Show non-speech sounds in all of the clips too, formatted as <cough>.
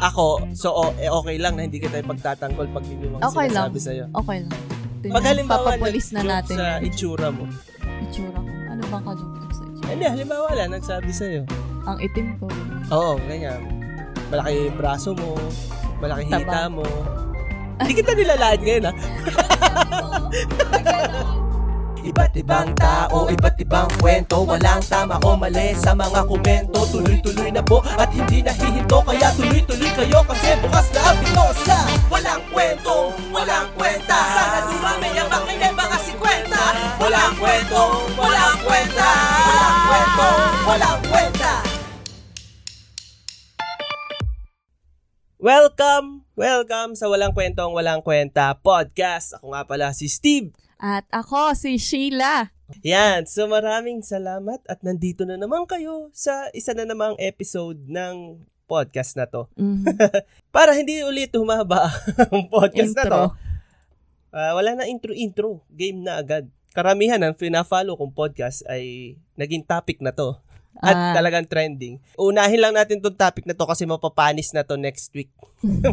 ako, so o- eh, okay lang na hindi kita ipagtatanggol pag hindi mo Okay lang. sinasabi sa'yo. Okay lang. Tingnan, Pag halimbawa, papapulis na nag-joke natin sa yung itsura mo. itsura ko. Ano bang kalungkot sa itsura? Hindi, halimbawa wala, nagsabi sa'yo. Ang itim ko. Oo, ganyan. Malaki yung braso mo, malaki Taba. hita mo. Hindi kita nilalaid ngayon, ha? Iba't ibang tao, iba't ibang kwento Walang tama o mali sa mga komento Tuloy-tuloy na po at hindi nahihinto Kaya tuloy-tuloy kayo kasi bukas na ang pito Sa walang kwento, walang kwenta Sana dumami ang makinig mga 50 Walang kwento, walang kwenta Walang kwento, walang kwenta Welcome! Welcome sa Walang Kwentong Walang Kwenta podcast. Ako nga pala si Steve. At ako, si Sheila. Yan. So maraming salamat at nandito na naman kayo sa isa na namang episode ng podcast na to. <laughs> Mhm. Para hindi ulit humaba <laughs> ang podcast na to, Intro. ah, wala na intro-intro. Game na agad. Karamihan ang fina-follow kong podcast ay naging topic na to. At Ah. talagang trending. Unahin lang natin tong topic na to kasi mapapanis na to next week.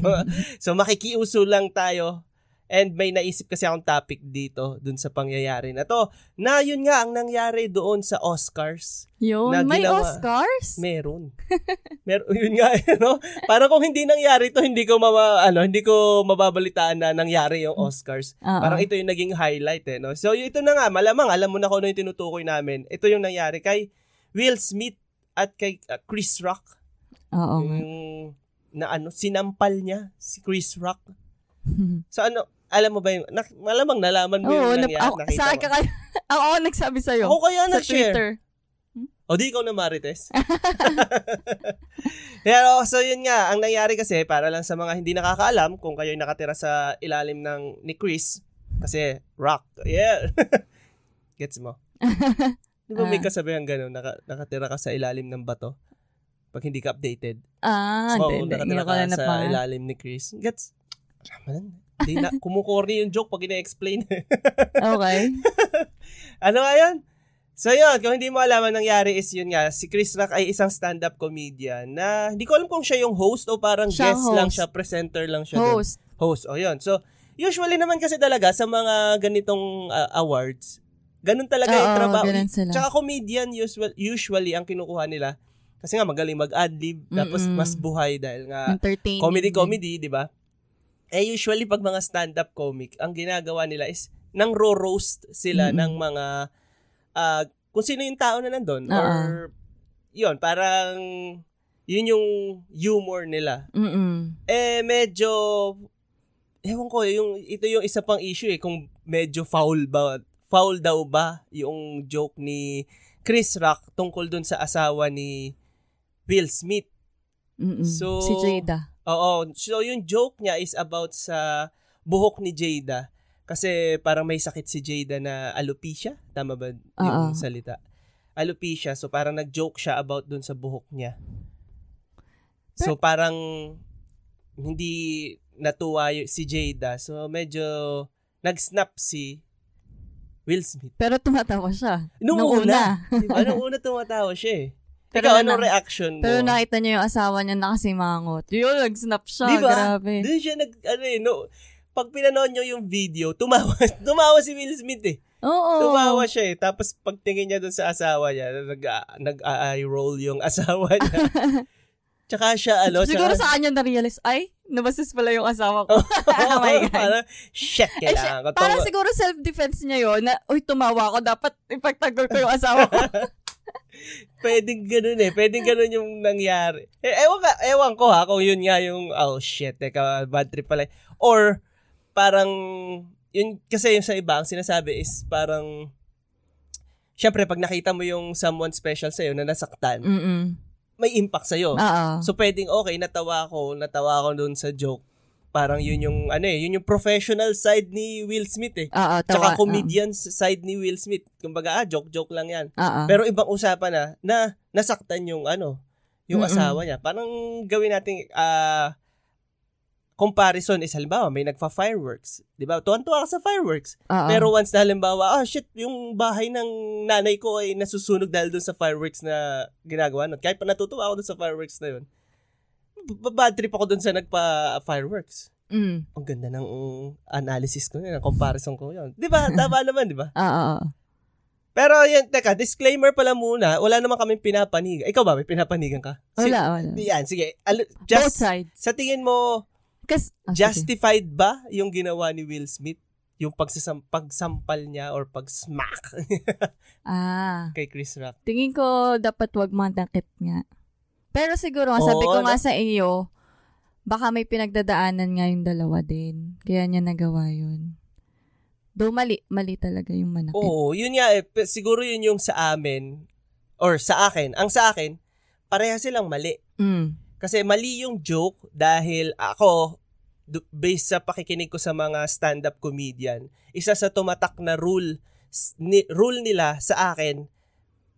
<laughs> so makikiuso lang tayo. And may naisip kasi akong topic dito dun sa pangyayari na to. Na yun nga ang nangyari doon sa Oscars. Yun, na may ginawa. Oscars? Meron. Meron yun nga <laughs> eh, no? Parang kung hindi nangyari to, hindi ko mama, ano, hindi ko mababalitaan na nangyari yung Oscars. Oo. Parang ito yung naging highlight eh, no? So, ito na nga, malamang, alam mo na kung ano yung tinutukoy namin. Ito yung nangyari kay Will Smith at kay uh, Chris Rock. ah, Oo. nga. Yung, na ano, sinampal niya si Chris Rock. So, ano, alam mo ba yung, na, malamang nalaman mo <laughs> Oo, yung na, nangyari. ako, nakita sa mo. akin kayo. <laughs> Ako ang nagsabi sa'yo. Ako kaya sa nag-share. Twitter. O di ikaw na Marites. <laughs> Pero so yun nga, ang nangyari kasi para lang sa mga hindi nakakaalam kung kayo nakatira sa ilalim ng ni Chris kasi rock. Yeah. <laughs> Gets mo? Di ba may Ah. kasabihan ganun, naka, nakatira ka sa ilalim ng bato pag hindi ka updated. Ah, so, hindi, hindi. Hindi nakatira ko ka na sa napa. ilalim ni Chris. Gets? Alam Hindi na, kumukorny yung joke pag ina-explain. <laughs> <laughs> Okay. Ano nga yun? So yun, kung hindi mo alam ang nangyari is yun nga, si Chris Rock ay isang stand-up comedian na hindi ko alam kung siya yung host o parang Siya guest host. lang siya, presenter lang siya. dun. Host. Host, o yun. So, usually naman kasi talaga sa mga ganitong ah, awards, ganun talaga yung Oo, trabaho. ganun sila. Tsaka comedian usual, usually ang kinukuha nila kasi nga magaling mag-adlib, tapos Mm-mm. mas buhay dahil Mm. nga Entertaining. Ah, comedy din. comedy, 'di ba? Eh usually pag mga stand-up comic, ang ginagawa nila is nang roast sila Mm-mm. ng mga ah, kung sino yung tao na nandun or yun, parang yun yung humor nila. Mm-mm. Eh medyo ewan ko, yung ito yung isa pang issue eh kung medyo foul ba foul daw ba yung joke ni Chris Rock tungkol dun sa asawa ni Will Smith. Mm-mm. So- si Jada. Oo. So, yung joke niya is about sa buhok ni Jada. Kasi parang may sakit si Jada na alopecia. Tama ba yung Oo. salita? Alopecia. So, parang nag-joke siya about dun sa buhok niya. So, parang hindi natuwa y- si Jada. So, medyo nag-snap si Will Smith. Pero tumatawa siya. Nung, Nung una. Diba? Nung una tumatawa siya eh. <laughs> Pero Ikaw, na- anong reaction mo? Pero nakita niya yung asawa niya nakasimangot. Yun, nag-snap siya. Di ba? Grabe. Doon siya nag, ano eh, no, pag pinanood nyo yung video, tumawa, <laughs> tumawa si Will Smith eh. Oo. Tumawa siya eh. Tapos pagtingin niya doon sa asawa niya, nag, ah, nag-eye roll yung <laughs> asawa <laughs> niya. tsaka siya, ano, <laughs> Siguro tsaka, sa kanya na-realize, ay, nabasis pala yung asawa ko. <laughs> oh my God. Parang, shit, Eh, kailangan ko. Parang tumawa." siguro self-defense niya yon na, uy, tumawa ako, dapat ipagtanggol ko yung asawa <laughs> ko. Pwedeng ganun eh. Pwedeng ganun yung nangyari. Eh, ewan, ka, ewan ko ha kung yun nga yung, oh shit, teka, bad trip pala. Or, parang, yun, kasi yung sa iba, ang sinasabi is parang, syempre, pag nakita mo yung someone special sa'yo na nasaktan, Mm-mm. may impact sa'yo. Oo. So, pwedeng, okay, natawa ako, natawa ako dun sa joke. Parang yun yung, ano eh, yun yung professional side ni Will Smith eh. Oo, tawa. ah. Tsaka comedian side ni Will Smith. Kumbaga, ah, joke-joke lang yan. Oo. Pero ibang usapan na na nasaktan yung ano, yung Mm-mm. asawa niya. Parang gawin natin ah comparison is halimbawa may nagfa-fireworks, 'di ba? Tuwan-tuwa ka sa fireworks. Oo. Pero once na halimbawa, ah shit, yung bahay ng nanay ko ay nasusunog dahil doon sa fireworks na ginagawa nun. Kahit pa natutuwa ako doon sa fireworks na yun. b- bad trip ako dun sa nagpa-fireworks. Mm. Ang ganda ng analysis ko yun, ang comparison ko yun. Di ba? Tama naman, di ba? Oo, Oo. Pero yun, teka, disclaimer pala muna. Wala naman kaming pinapanigan. Ikaw ba, may pinapanigan ka? Si- Wala, wala. Yan, sige. Al- Both just, sides. sa tingin mo, Kas, ah, sige. justified ba yung ginawa ni Will Smith? Yung pagsasam- pagsampal niya or pag-smack Ah, <laughs> kay Chris Rock? tingin ko dapat wag manakit nga. Pero siguro, nga, sabi Oo, ko nga sa iyo, baka may pinagdadaanan nga yung dalawa din. Kaya niya nagawa yun. Though mali, mali talaga yung manakit. Oo, yun nga eh. P- Siguro yun yung sa amin or sa akin. Ang sa akin, pareha silang mali. Mm. Kasi mali yung joke dahil ako, d- based sa pakikinig ko sa mga stand-up comedian, isa sa tumatak na rule, s- ni, rule nila sa akin,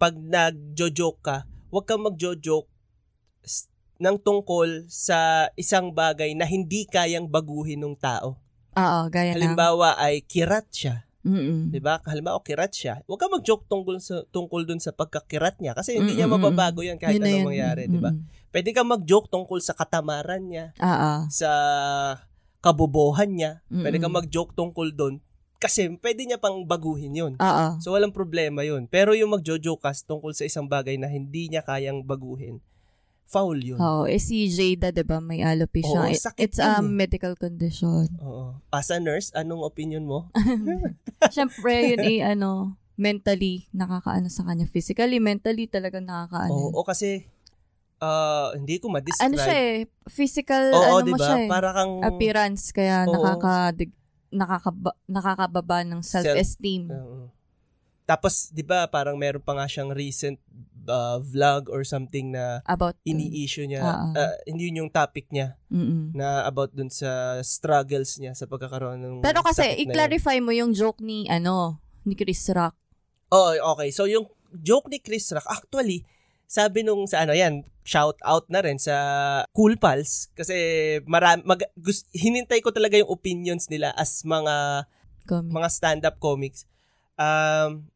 pag nagjo-joke ka, huwag kang magjo-joke s- ng tungkol sa isang bagay na hindi kayang baguhin ng tao. Oo, gaya na. Halimbawa ay kirat siya. Mm-mm. 'di ba? Halimbawa, kirat siya. Huwag kang mag-joke tungkol sa tungkol dun sa pagkakirat niya kasi hindi niya Mm, mm, mm. mababago 'yan kahit Yun na anong yun. mangyari, 'di ba? Mm-mm. Pwede kang mag-joke tungkol sa katamaran niya, Oo. sa kabobohan niya. Pwede Mm-mm. kang mag-joke tungkol doon kasi pwede niya pang baguhin 'yon. Oo. So walang problema 'yon. Pero yung magjo-joke ka tungkol sa isang bagay na hindi niya kayang baguhin, foul 'yon. Oo, eh si Jada, di ba, may Oo, alopecia. It- sakit It's a yun eh. medical <laughs> condition. Oo. As a nurse, anong opinion mo? Siyempre, yun ay ano, mentally nakakaano sa kanya. Physically, mentally talagang nakakaano. Oo, kasi ah, hindi ko ma-describe. ano siya eh, physical, Oo, ano di mo ba? siya eh, Para kang appearance, kaya Oo. nakakadig, nakakaba, nakakababa ng self-esteem. Oo. Tapos, di ba, parang meron pa nga siyang recent uh, vlog or something na about, ini-issue niya. Oo. Uh, yun yung topic niya Mm-mm. na about dun sa struggles niya sa pagkakaroon ng Pero kasi, sakit na yun. i-clarify mo yung joke ni, ano, ni Chris Rock. Oh, okay. So, yung joke ni Chris Rock, actually, sabi nung sa ano yan, shout out na rin sa Cool Pals kasi marami, mag, gus- hinintay ko talaga yung opinions nila as mga Comment. mga stand-up comics, um,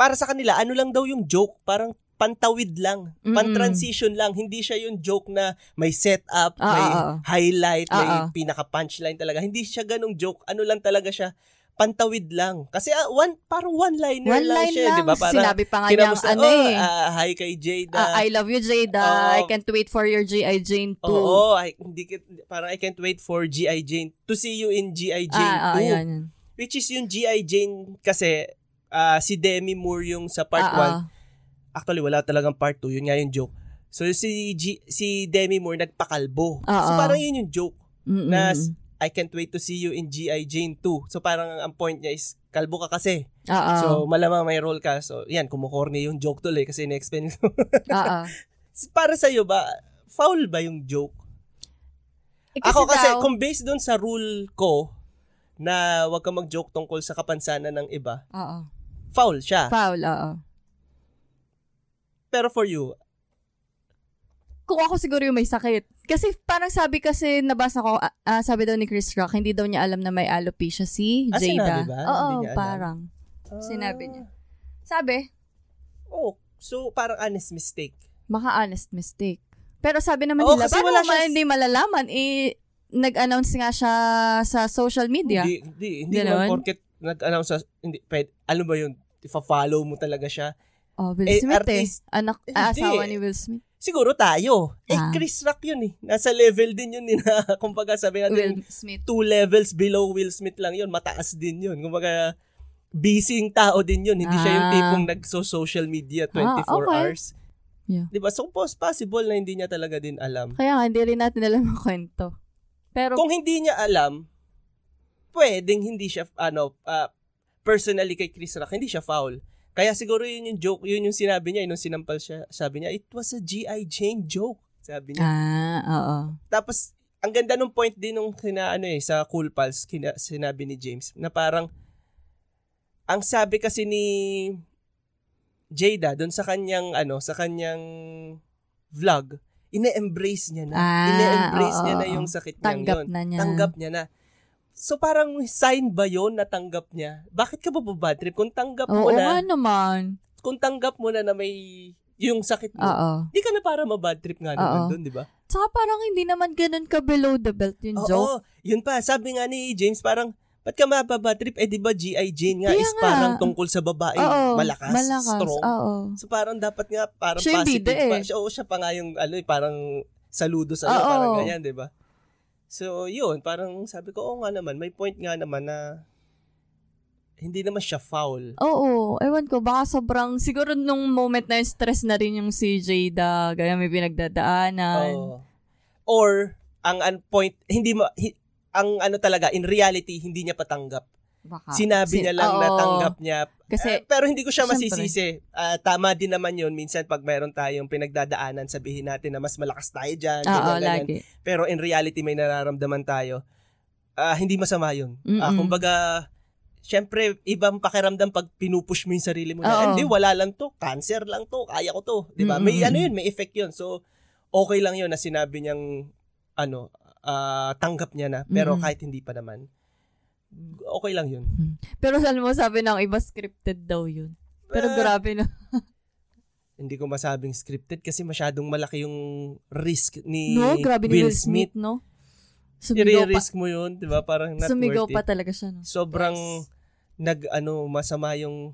para sa kanila, ano lang daw yung joke, parang pantawid lang, Mm-mm. pan-transition lang, hindi siya yung joke na may setup, Ah, may ah, ah. highlight, may Ah, ah. pinaka-punchline talaga. Hindi siya ganong joke, ano lang talaga siya, pantawid lang. Kasi ah, one, parang one-liner One lang line siya, lang. di ba? Parang Sinabi pa nga niyang, kinamusta, ano "Oh, eh. ah, hi kay Jada. Ah, I love you, Jada. Oo. I can't wait for your G.I. Jane 2. Oo, I, hindi, kit- parang I can't wait for G.I. Jane to see you in G.I. Jane 2. ah, ah, yan, yan. Which is yung G.I. Jane kasi ah, si Demi Moore yung sa part 1. Ah, ah. Actually, wala talagang part 2. Yun nga yung joke. So, si, G- si Demi Moore nagpakalbo. so, Ah, ah. parang yun yung joke. Mm-mm. Na s- I can't wait to see you in G.I. Jane 2. So, parang ang point niya is, kalbo ka kasi. Ah, ah. So, malamang may role ka. So, yan, kumukorny yung joke tuloy kasi na-explain ko. Ah, ah. <laughs> Para sa'yo ba, foul ba yung joke? Eh, Ako kasi, daw- kung based dun sa rule ko, na wag ka mag-joke tungkol sa kapansanan ng iba, Oo. foul siya. ah, Foul, ah, oo. Pero for you, Kung ako siguro yung may sakit. Kasi parang sabi kasi, nabasa ko, ah, ah, sabi daw ni Chris Rock, hindi daw niya alam na may alopecia si Ah, Jada. sinabi ba? Oo, Hindi niya alam. Ah. parang. Sinabi niya. Sabi, Oh, so parang honest mistake. maka honest mistake. Pero sabi naman Oo, nila, kasi paano wala mo siya- hindi malalaman? Eh, nag-announce nga siya sa social media. Hindi, hindi, hindi ah. Ganon? naman porket nag-announce sa, hindi, pwede, alam ba yun, ifa-follow mo talaga siya. Oh, Will Eh, Smith eh. artist- Anak, Eh, ah, hindi. asawa ni Will Smith. Siguro tayo. Eh, Ah. Chris Rock yun eh. Nasa level din yun eh. Na, <laughs> kumbaga sabi natin, Will Smith. two levels below Will Smith lang yun. Mataas din yun. Kumbaga, busy yung tao din yun. Hindi siya yung Ah. tipong nagso-social media 24 Ah, okay. hours. Yeah. Diba? So, pos- possible na hindi niya talaga din alam. Kaya nga, hindi rin natin alam ang kwento. Pero, Kung hindi niya alam, pwedeng hindi siya, ano, ah, personally kay Chris Rock, hindi siya foul. Kaya siguro yun yung joke, yun yung sinabi niya, yun yung sinampal siya, sabi niya, it was a G.I. Jane joke, sabi niya. ah, oo. Tapos, ang ganda nung point din nung kina, ano eh, sa Cool Pals, kina, sinabi ni James, na parang, ang sabi kasi ni Jada, doon sa kanyang, ano, sa kanyang vlog, ine-embrace niya na. Ah, ine-embrace oo, niya na oo. yung sakit niyang Tanggap yun na niya. tanggap niya na. So parang sign ba 'yon na tanggap niya? Bakit ka ba bad trip kung tanggap mo Oo nga na naman. kung tanggap mo na na may yung sakit mo. Oo. Hindi ka na para mabad trip nga naman Ah. Oo. doon, di ba? Tsaka parang hindi naman ganun ka below the belt yung Oo, joke. yun pa. Sabi nga ni James, parang, ba't ka mababad trip? Eh, di ba G.I. Jane nga Kaya is nga. parang tungkol sa babae. Oo. malakas, strong. Oo. So parang dapat nga parang Siya yung positive bida eh. pa. Siya, oo, siya pa nga yung ano, eh, parang saludo sa Oo. parang ganyan, 'di ba? So yun, parang sabi ko, oo nga naman, may point nga naman na hindi naman siya foul. Oo. Ewan ko, baka sobrang, siguro nung moment na yung stress na rin yung si Jada, gaya may pinagdadaanan. Oo. Or ang an point hindi ma, hi- ang ano talaga in reality hindi niya patanggap. Baka. Sinabi Ah, si- niya lang oo. na tanggap niya. Eh, Kasi, pero hindi ko siya syempre. masisisi. Ah, tama din naman yun. Minsan pag mayroon tayong pinagdadaanan, sabihin natin na mas malakas tayo dyan. oo, ganyan, ganyan. lagi. pero in reality may nararamdaman tayo. Ah, hindi masama 'yun. Ah, Mm-mm. kumbaga syempre ibang pakiramdam pag pinupush mo 'yung sarili mo Oo. na hindi wala lang 'to, cancer lang 'to, kaya ko 'to, 'di ba? May Mm-mm. ano 'yun, may effect 'yun. So okay lang 'yun na sinabi niyang ano, ah, tanggap niya na pero Mm-mm. kahit hindi pa naman okay lang 'yun. Hmm. Pero alam mo, sabi ng iba scripted daw yun. Pero Ah, grabe na. hindi ko masabing scripted kasi masyadong malaki 'yung risk ni No, grabe ni Will Will Smith, no? Sumigaw pa, I-risk mo 'yun, 'di ba? Parang not sumigaw worth it. pa talaga siya, no? sobrang Yes. nag ano masama yung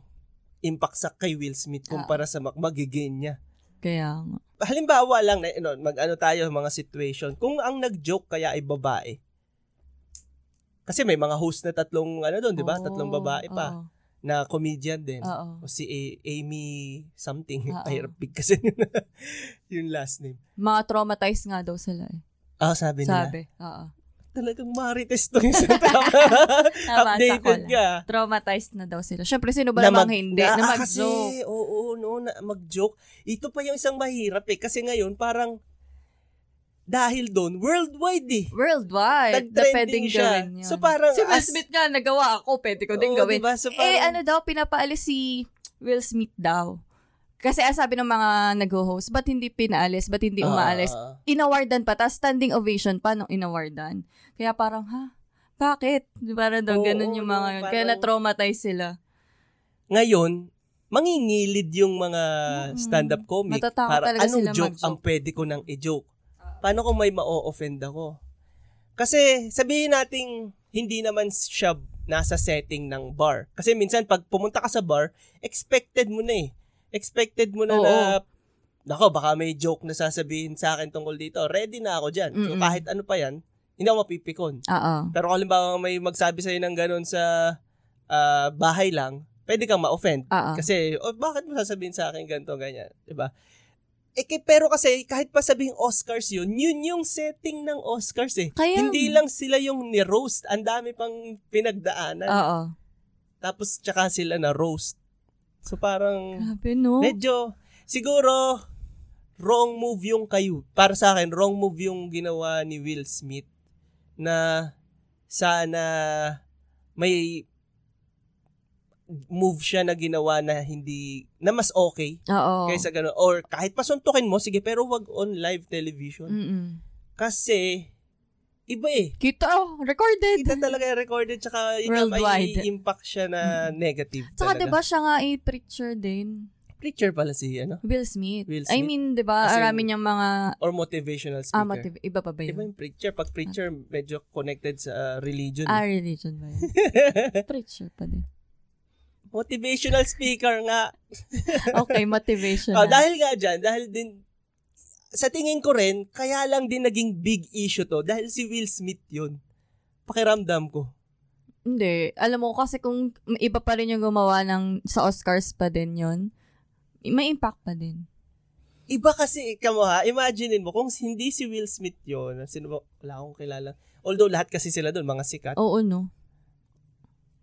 impact sa kay Will Smith kumpara sa mag- magigain niya. Kaya nga. Halimbawa lang na ano, mag ano tayo mga situation kung ang nag-joke kaya ay babae. Kasi may mga host na tatlong ano doon, 'di ba? Oo, tatlong babae pa oo, na comedian din. Oo. O si A- Amy something. Oo. Mahirap big kasi yun. <laughs> yung last name. Mga traumatized nga daw sila eh. Ah, sabi, nila. Sabi. Oo. Talagang marites to <laughs> yung sa Tama, sa ko Updated lang. ka. Traumatized na daw sila. Siyempre, sino ba namang hindi? Na, ah, mag-joke. Kasi, oo, no, na mag-joke. Ito pa yung isang mahirap eh. Kasi ngayon, parang, dahil doon, worldwide eh. Worldwide. Na Nag-trending pwedeng siya. gawin yun. So, parang si Will as- Smith nga, nagawa ako, pwede ko din Oo, gawin. diba? So, Eh, parang- ano daw, pinapaalis si Will Smith daw. Kasi ah, sabi ng mga nag-host, ba't hindi pinaalis? Ba't hindi Ah, umaalis? ah, Inawardan pa, tapos standing ovation pa nung inawardan. Kaya parang, ha? Bakit? Parang daw Oo, ganun yung mga no, yun. Kaya parang- na-traumatize sila. Ngayon, mangingilid yung mga Mm-mm. stand-up comic. Matatakot Parang, talaga anong sila joke mag-joke? Ah. ang pwede ko nang i-joke? Paano kung may ma-offend ako? Kasi, sabihin nating hindi naman siya nasa setting ng bar. Kasi minsan, pag pumunta ka sa bar, expected mo na eh. Expected mo na Oo. na, nako, baka may joke na sasabihin sa akin tungkol dito. Ready na ako dyan. So, Mm-mm. kahit ano pa yan, hindi ako mapipikon. Oo. Pero kung halimbawa may magsabi sa'yo ng ganun sa ah, bahay lang, pwede kang ma-offend. Oo. Kasi, oh, bakit mo sasabihin sa akin ganito, ganyan? 'Di ba? Eh, kay- pero kasi, kahit pa sabihing Oscars yun, yun yung setting ng Oscars eh. Kaya- Hindi lang sila yung ni-roast. Ang dami pang pinagdaanan. Oo. Tapos, tsaka sila na-roast. So, parang, Grabe, no? medyo, siguro, wrong move yung kayo. Para sa akin, wrong move yung ginawa ni Will Smith na sana may move siya na ginawa na hindi, na mas okay Oo. kaysa ganun. Or kahit pasuntukin mo, sige, pero wag on live television. Mm-mm. Kasi, iba eh. Kita, oh, recorded. Kita talaga yung recorded tsaka yun nga, may Worldwide. Mm. impact siya na negative Tsaka talaga. diba siya nga ay preacher din? Preacher pala si, ano? Will Smith. Will I Smith. mean, diba, As in, arami niyang mga Or motivational speaker. ah, motiv- iba pa ba Iba yun? yung preacher. Pag preacher, medyo connected sa uh, religion. Ah, religion <laughs> ba yun? preacher pa din. Motivational speaker nga. Okay, motivation. <laughs> Oh, dahil nga dyan, dahil din, sa tingin ko rin, kaya lang din naging big issue to dahil si Will Smith yun. Pakiramdam ko. Hindi. Alam mo, kasi kung iba pa rin yung gumawa ng sa Oscars pa din yun, may impact pa din. Iba kasi, kamo ha, imaginein mo, kung hindi si Will Smith yun, sino ba, wala akong kilala. Although lahat kasi sila doon, mga sikat. Oo, no?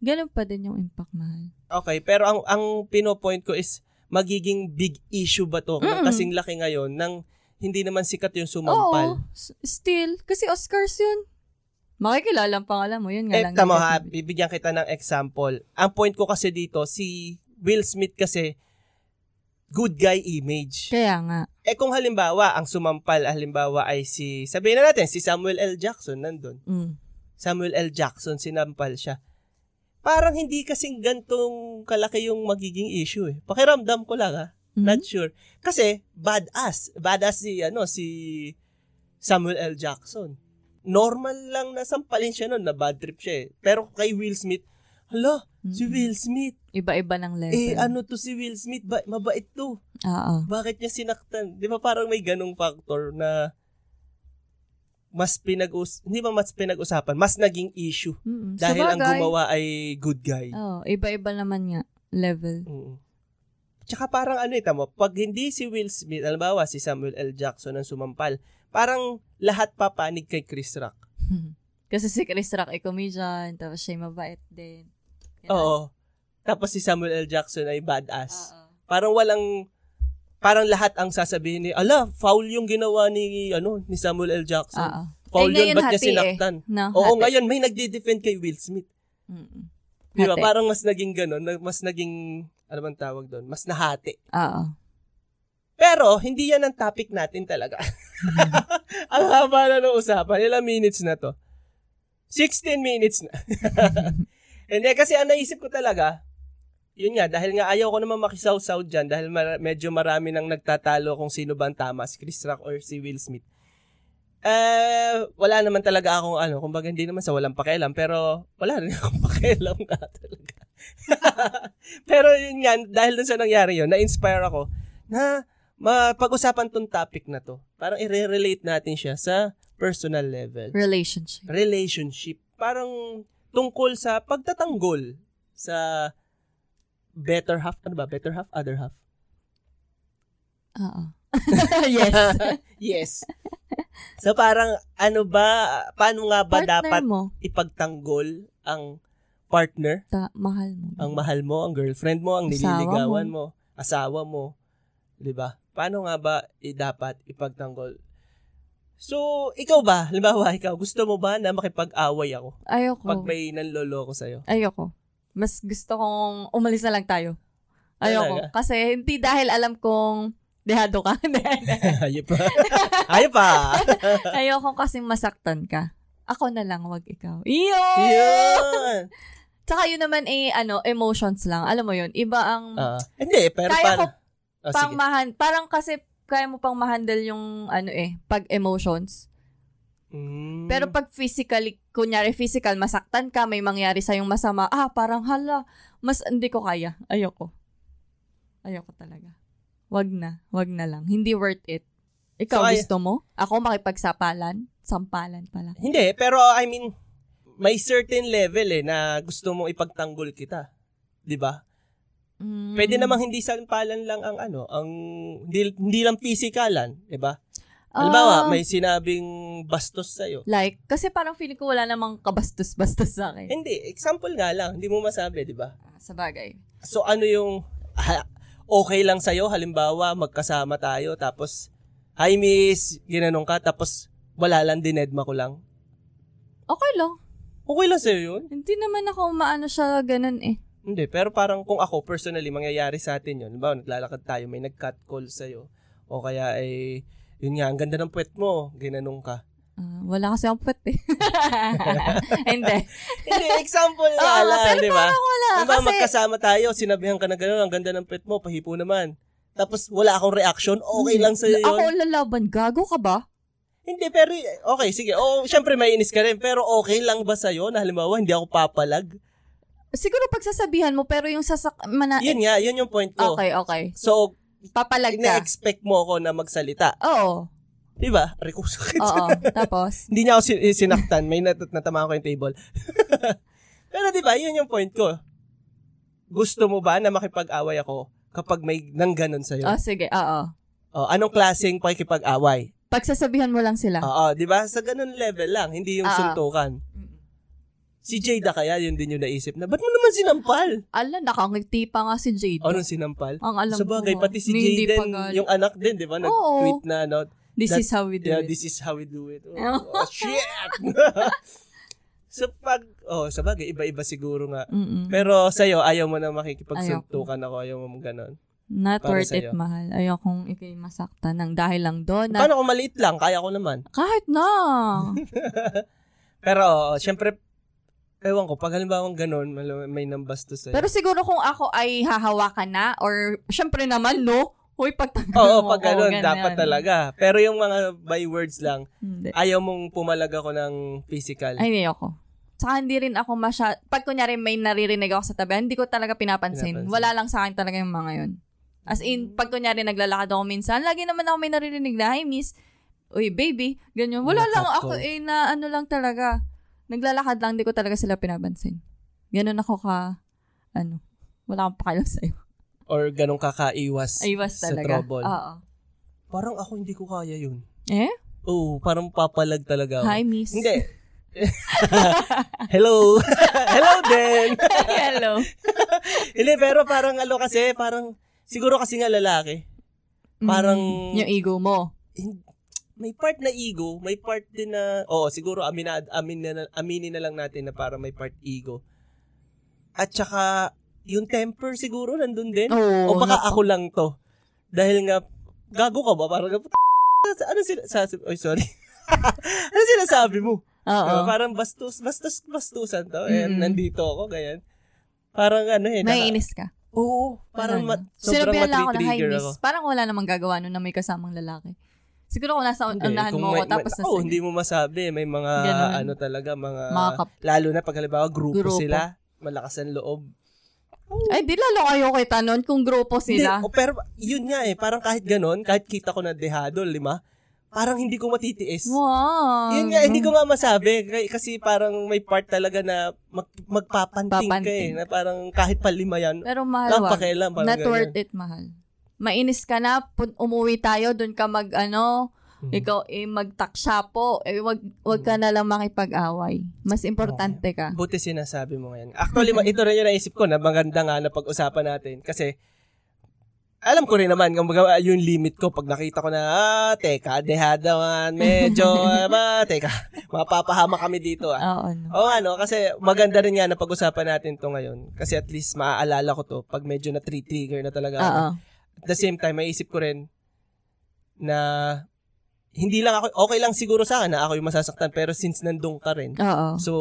Ganun pa din yung impact, mahal. Okay, pero ang ang pinopoint ko is, magiging big issue ba to? Mm. Kasing laki ngayon, ng hindi naman sikat yung Oo. sumampal. s- Still. Kasi Oscars yun. Makikilala ang pangalan mo. Yun nga Eh, lang. tama yung ha, sabi. bibigyan kita ng example. Ang point ko kasi dito, si Will Smith kasi, good guy image. Kaya nga. Eh kung halimbawa, ang sumampal, halimbawa ay si, sabihin na natin, si Samuel L. Jackson nandun. Mm. Samuel L. Jackson, sinampal siya. Parang hindi kasing gantong kalaki yung magiging issue eh. Pakiramdam ko lang ha. Hmm? Not sure. Kasi badass, badass si ano si Samuel L. Jackson. Normal lang nasampalin siya noon, na bad trip siya eh. Pero kay Will Smith, hala, si Mm. Will Smith. Iba-iba ng level. Eh ano to si Will Smith, ba- mabait to. Oo. Bakit niya sinaktan? 'Di ba parang may ganong factor na mas pinag hindi ba mas pinag-usapan, mas naging issue Mm-mm. dahil ang Sabagay. gumawa ay good guy. Oo, iba-iba naman nga level. <laughs> Oo. Tsaka parang ano eh, tama, pag hindi si Will Smith, alambawa si Samuel L. Jackson ang sumampal, parang lahat papanig kay Chris Rock. Kasi si Chris Rock ay comedian, tapos siya ay mabait din. Ganun. Oo. Tapos si Samuel L. Jackson ay badass. Oo. Parang walang, parang lahat ang sasabihin ni, ala, foul yung ginawa ni, ano, ni Samuel L. Jackson. Oo. Foul yun, Eh, ngayon ba't niya hati eh. sinaktan? No, Oo, hati. ngayon may nagde-defend kay Will Smith. Mm-mm. Di ba? Hati. Parang mas naging ganun, na- mas naging, ano bang tawag doon? Mas nahati. Oo. Pero, hindi yan ang topic natin talaga. ang haba na ng usapan. Ilang minutes na to? 16 minutes na. <laughs> Hindi, kasi ang naisip ko talaga, yun nga, dahil nga ayaw ko naman makisaw-saw dyan dahil mara- medyo marami nang nagtatalo kung sino ba ang tama, si Chris Rock or si Will Smith. Eh, wala naman talaga akong ano, kumbaga hindi naman sa walang pakialam, pero wala rin <laughs> akong pakialam na talaga. <laughs> pero yun nga, dahil dun sa nangyari yun, na-inspire ako na mapag-usapan tong topic na to. Parang i-relate natin siya sa personal level. <laughs> Relationship. Relationship. Parang tungkol sa pagtatanggol sa better half. Ano ba? Better half? Other half? Oo. <laughs> yes. <laughs> yes. So parang ano ba, paano nga ba Partner dapat mo, ipagtanggol ang partner, ta- mahal mo. ang mahal mo, ang girlfriend mo, ang Asawa nililigawan mo, asawa mo, 'di ba? Paano nga ba i- dapat ipagtanggol? So, ikaw ba, halimbawa ikaw, gusto mo ba na makipag-away ako Ayoko. pag may nanloloko sa'yo? Ayoko. Mas gusto kong umalis na lang tayo. Ayoko. Talaga? Kasi hindi dahil alam kong dehado ka. <laughs> <laughs> Ayaw pa. Ayaw pa. Ano? Ayoko kasing masaktan ka. Ako na lang, wag ikaw. Iyo! Yun. Tsaka yun naman eh, ano, emotions lang. Alam mo yun, iba ang Ah, hindi, pero Kaya paano? ko Oh, pang sige. mahan- parang kasi kaya mo pang ma-handle yung ano eh, pag emotions. Mm. Pero pag physically, kunyari physical, masaktan ka, may mangyari sa'yong masama, ah, parang hala, mas hindi ko kaya. Ayoko. Ayoko talaga. Wag na. Wag na lang. Hindi worth it. So, Ikaw, ay- gusto mo? Ako makipagsapalan? Sampalan pala. Hindi, pero I mean, may certain level eh na gusto mong ipagtanggol kita. 'Di ba? Mm. Pwede namang hindi sampalan lang ang ano, ang hindi, hindi lang pisikalan, 'di ba? Halimbawa, Ah, may sinabing bastos sa'yo. Like, kasi parang feeling ko wala namang kabastos-bastos sa akin. Hindi, example nga lang, hindi mo masabi, 'di ba? Ah, Sa bagay. So ano yung ah, okay lang sa'yo, halimbawa magkasama tayo tapos Hi miss, ginanong ka tapos wala lang dinedma ko lang. Okay lang. Okay lang sa'yo yun? Hindi naman ako maano siya ganun eh. Hindi, pero parang kung ako personally, mangyayari sa atin yun. Diba, naglalakad tayo, may nag-cut call sa'yo. O kaya ay, yun nga, ang ganda ng puwet mo, ginanong ka. Ah, wala kasi akong puwet eh. <laughs> Hindi. Hindi, example nga Oo, lang, pero Ah, di ba? parang wala. Diba, kasi, magkasama tayo, sinabihan ka na gano'n, ang ganda ng puwet mo, pahipo naman. Tapos wala akong reaction, okay lang sa'yo yun. Ako ang lalaban. Gago ka ba? Hindi, pero okay, sige. Oo, syempre may inis ka rin, pero okay lang ba sa'yo na halimbawa hindi ako papalag? Siguro pagsasabihan mo, pero yung sasak... Mana- Yun nga, yun yung point ko. Ah, Okay, okay. So, Papalag ka. ina-expect mo ako na magsalita. <laughs> Oo. Di ba? Aray ko, <laughs> sakit. Oo. Tapos? hindi niya ako sin- eh, sinaktan. May nat- natamaan ko yung table. <laughs> Pero di ba, yun yung point ko. Gusto mo ba na makipag-away ako kapag may nang ganun sa'yo? Oh, sige. Oo. O, anong klaseng pakikipag-away? Pagsasabihan mo lang sila. Oo, di ba? Sa ganun level lang, hindi yung Oo. suntukan. Si Jada kaya, yun din yung naisip na, ba't mo naman sinampal? Ala, nakangiti pa nga si Jade. Anong Oh, sinampal? Ang Ah, Ano, alam Sa bagay, ko. pati si hindi pa Jaden, gal- yung anak din, di ba? Nag-tweet na, ano, This that- is how we do Yeah, it. this is how we do <laughs> it. Oh, Oh. oh, shit! so, pag, oh, sa bagay, iba-iba siguro nga. Mm-mm. Pero sa'yo, ayaw mo na makikipagsuntukan ako, ayaw mo ganon. Not para worth it, sa'yo. mahal. Ayokong ikay masaktan ng dahil lang doon. Na, Paano kung maliit lang, kaya ko naman. kahit <laughs> na. Pero, oo, syempre, ewan ko, pag halimbawa ganon, mal- may nambastos sa'yo. Pero siguro kung ako ay hahawakan na or syempre naman no, Uy, pag <laughs> Oo, pag ganun, dapat talaga. Pero yung mga by words lang, Hindi. ayaw mong pumalag ako ng physical. Ay, hindi ako. Tsaka hindi rin ako masya... Pag kunyari may naririnig ako sa tabi, hindi ko talaga pinapansin. Pinapansin. Mm. Wala lang sa akin talaga yung mga yun. As in, pag kunyari naglalakad ako minsan, lagi naman ako may naririnig na, hi miss, uy baby, ganyan. Wala Nakat lang ko. ako eh, na ano lang talaga. Naglalakad lang, hindi ko talaga sila pinapansin. Ganun ako ka, ano, wala akong pakialam <laughs> sa'yo. Or ganun kakaiwas Iwas sa talaga. trouble. Oo. Parang ako hindi ko kaya yun. Eh? Oo, parang papalag talaga ako. Hi miss. Hindi. <laughs> Hello. <laughs> Hello din. <laughs> Hello. Hindi, pero parang ano kasi, parang, siguro kasi nga lalaki. Parang- Mm, yung ego mo. hin- may part na ego, may part din na, oo, siguro amin na, amin na, aminin na lang natin na para may part ego. At saka, yung temper siguro nandun din. Oo. o baka ako lang to. Dahil nga, gago ka ba? Parang, "Puta, ano sila, sa, oy, sorry. <laughs> ano sinasabi mo? Oo. Diba? parang bastos, bastos, bastusan to. And Mm-mm. nandito ako, ganyan. Parang ano eh. naka- Naiinis ka. Oo, parang ma- Ano? sobrang Sinabihan lang ako na, hi matri-trigger miss. ako. Parang wala namang gagawa nun na may kasamang lalaki. Siguro kung nasa Hindi, unahan Eh, kung mo ako, may- tapos may- nasa oo, hindi mo masabi. May mga, Ganun. ano talaga, mga, mga kap- lalo na pag halimbawa, grupo, Grupo. sila, malakas ang loob. Ay, di lalo kayo kita nun kung grupo sila. Hindi, oh, pero yun nga eh, parang kahit ganun, kahit kita ko na dehado, lima, parang hindi ko matitiis. wow. Yun nga, hmm. hindi ko nga masabi. K- Kasi parang may part talaga na mag- magpapanting ka eh. Papanting. Na parang kahit palima yan, Pero mahal, lang wag. pakialam. Parang Not ganyan. worth it, mahal. Mainis ka na, pun- umuwi tayo, dun ka mag, ano, Hmm. ikaw, eh, magtaksya po. Eh, wag, wag ka na lang makipag-away. Mas importante ka. Buti sinasabi mo ngayon. Actually, ma- ito rin yung naisip ko na maganda nga na pag-usapan natin kasi alam ko rin naman kung baga, yung limit ko pag nakita ko na, ah, teka, dehada man, <laughs> medyo, ba, teka, mapapahama kami dito. Ah. Oo, ano. Oo nga, no? Kasi maganda rin nga na pag-usapan natin to ngayon. Kasi at least maaalala ko to pag medyo na-trigger na talaga. ako. Oo. At the same time, maisip ko rin na hindi lang ako, okay lang siguro sa akin na ako yung masasaktan pero since nandun ka rin, Oo. So,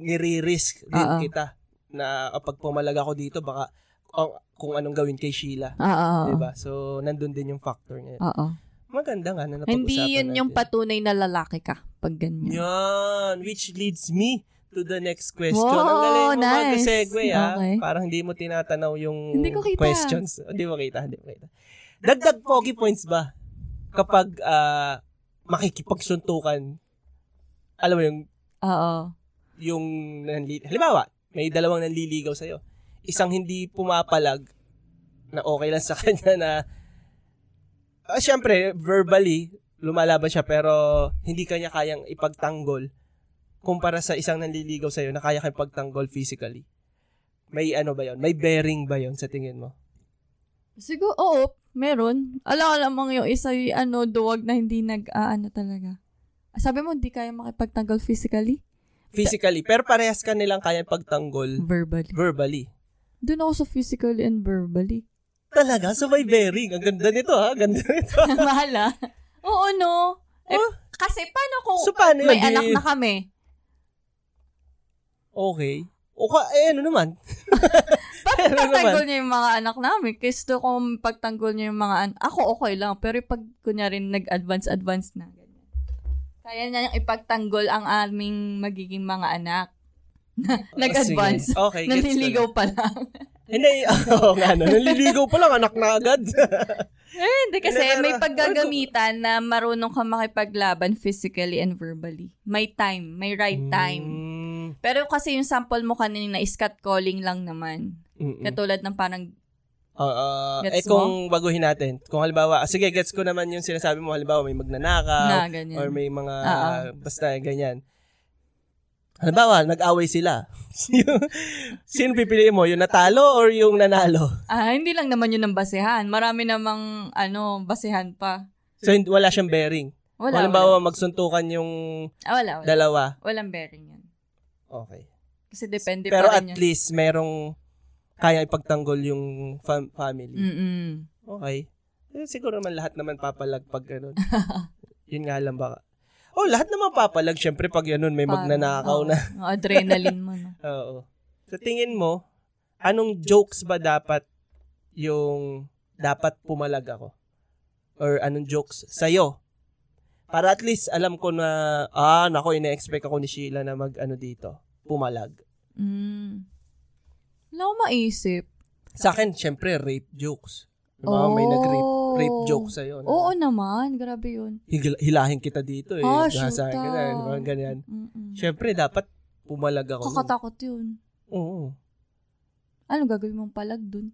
nire-risk din Oo. kita na pag pumalag ako dito, baka o- kung anong gawin kay Sheila. Oo. oo, Diba? So, nandun din yung factor niya. Oo. Maganda nga na napag-usapan Hindi yun yung natin. patunay na lalaki ka pag ganyan. Yan! Which leads me to the next question. Wow, Ang galing mo nice. mag-segue, ah. Okay. Parang hindi mo tinatanaw yung Hindi ko kita. questions. Hindi mo kita, hindi mo kita. Dagdag pogi points ba kapag ah, makikipagsuntukan? Alam mo yung Oo. yung nanli- halimbawa, may dalawang nanliligaw sa'yo. Isang hindi pumapalag na okay lang sa <laughs> kanya na ah, syempre, verbally, lumalaban siya pero hindi kanya kayang ipagtanggol kumpara sa isang nanliligaw sa'yo na kaya kang pagtanggol physically. May ano ba yon? May bearing ba yon sa tingin mo? Siguro, oo, meron. Alam ko lamang yung isa yung ano, duwag na hindi nag-aano talaga. Sabi mo, hindi kaya makipagtanggol physically? Physically. Pero parehas ka nilang kaya pagtanggol Verbally. verbally. Doon ako sa physically and verbally. Talaga? So may bearing. Ang ganda nito ha. Ang ganda nito. <laughs> Mahal ah. Oo, no? Eh, kasi paano kung So paano yun? may Di- anak na kami? Okay. O ka, eh, ano naman? Bakit Ano naman? pagtanggol niya yung mga anak namin? Kasi gusto kong pagtanggol niya yung mga anak. Ako, okay lang. Pero pag kunyari nag-advance-advance na, ganyan. Kaya na niyang ipagtanggol ang aming magiging mga anak. <laughs> <laughs> Oh, Nag-advance. Ah, Sige. Okay, gets ko na. Naliligaw pa lang. <laughs> Hindi, <laughs> oo nga, no. naliligaw pa lang, anak na <laughs> agad. eh, hindi kasi Hindi, pero- may paggagamitan na marunong ka makipaglaban physically and verbally. May time, may right time. Mm, Pero kasi yung sample mo kanina is catcalling lang naman. mm, mm. Katulad ng parang, Oo, eh Gets kung baguhin natin, kung halimbawa, ah, sige, gets ko naman yung sinasabi mo, halimbawa may magnanakaw, na Ah, ganyan. Ah, or may mga, Oo. basta ganyan. Halimbawa, nag-away sila. <laughs> Yung- Sino pipiliin mo? Yung natalo or yung nanalo? Ah, hindi lang naman yun ang basehan. Marami namang, ano, basehan pa. So, hindi- wala siyang bearing. Wala, halimbawa, wala. magsuntukan yung Ah, wala, wala. dalawa. Walang bearing yan. Okay. Kasi depende Pero pa at rin yun. least merong kaya ipagtanggol yung fam- family. Mm. Mm-mm. Okay. Eh, siguro naman lahat naman papalag pag <laughs> ganun. Yun nga lang baka. Oh, lahat naman papalag. Siyempre, pag ganun, may Parang, magnanakaw oo. na. Ang adrenaline mo, no? <laughs> Oo. Sa tingin mo, anong jokes ba dapat yung dapat pumalag ako? Or anong jokes sa'yo? Para at least alam ko na, ah, nako, ina-expect ako ni Sheila na mag, ano dito, pumalag. Mm. Wala akong maisip. Sa akin, syempre, rape jokes. Yung mga may Oh. nag-rape rape jokes sa'yo. na, Oo naman, grabe yun. "Higil- hilahin kita dito eh. Ah, Gasahin ka na, shoot, ah. mga ganyan. Mm-mm. Syempre, dapat pumalag ako. nun. Kakatakot yun. Oo. Ano gagawin mong palag dun?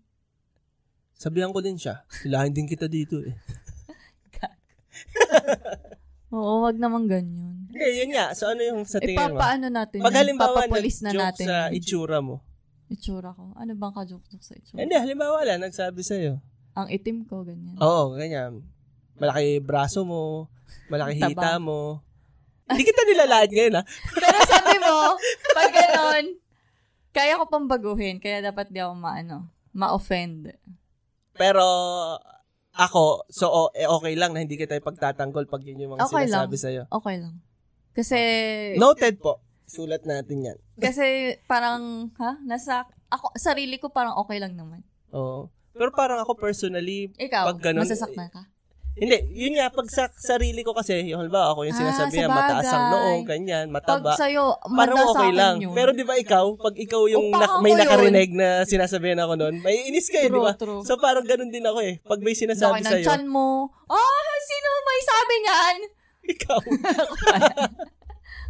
Sabihan ko din siya, hilahin din kita dito eh. Oo, wag naman ganyan. Hindi, yun nga. So, ano yung sa Eh, tingin mo? papaano natin? Pag yun? halimbawa, Papapulis na nag-joke natin. sa yun. itsura mo. Itsura ko. Ano bang kajoke-joke sa itsura? Hindi, halimbawa wala, nagsabi sa'yo. Ang itim ko, ganyan. Oo, ganyan. Malaki braso mo, malaki Ang taba. hita mo. Hindi kita nilalain ngayon, ha? Pero sabi mo, pag ganon, kaya ko pang baguhin. Kaya dapat di ako maano, ma-offend. Pero, ako, so o- eh, okay lang na hindi kita pagtatanggol pag yun yung mga Okay lang. sinasabi sa'yo. Okay lang. Kasi, Noted po. Sulat natin yan. kasi parang, ha? Nasa, ako, sarili ko parang okay lang naman. Oo. Pero parang ako personally, Ikaw, Pag eh, ganun, masasaktan ka. hindi, yun nga, pag sa sarili ko kasi, yung halimbawa ako yung Ah, sinasabi niya, sabagay. mataas ang noo, ganyan, Pag mataba. sa'yo, Parang manda sa okay akin lang. yun. Pero eh, di ba ikaw, pag ikaw yung Upa nak- ako may yun. nakarinig na sinasabihan ako noon, may inis ka eh, di true, ba? true. So parang ganun din ako eh. Pag may Sabi sinasabi ng sa'yo, chan mo. Oh, sino may sabi niyan? ikaw,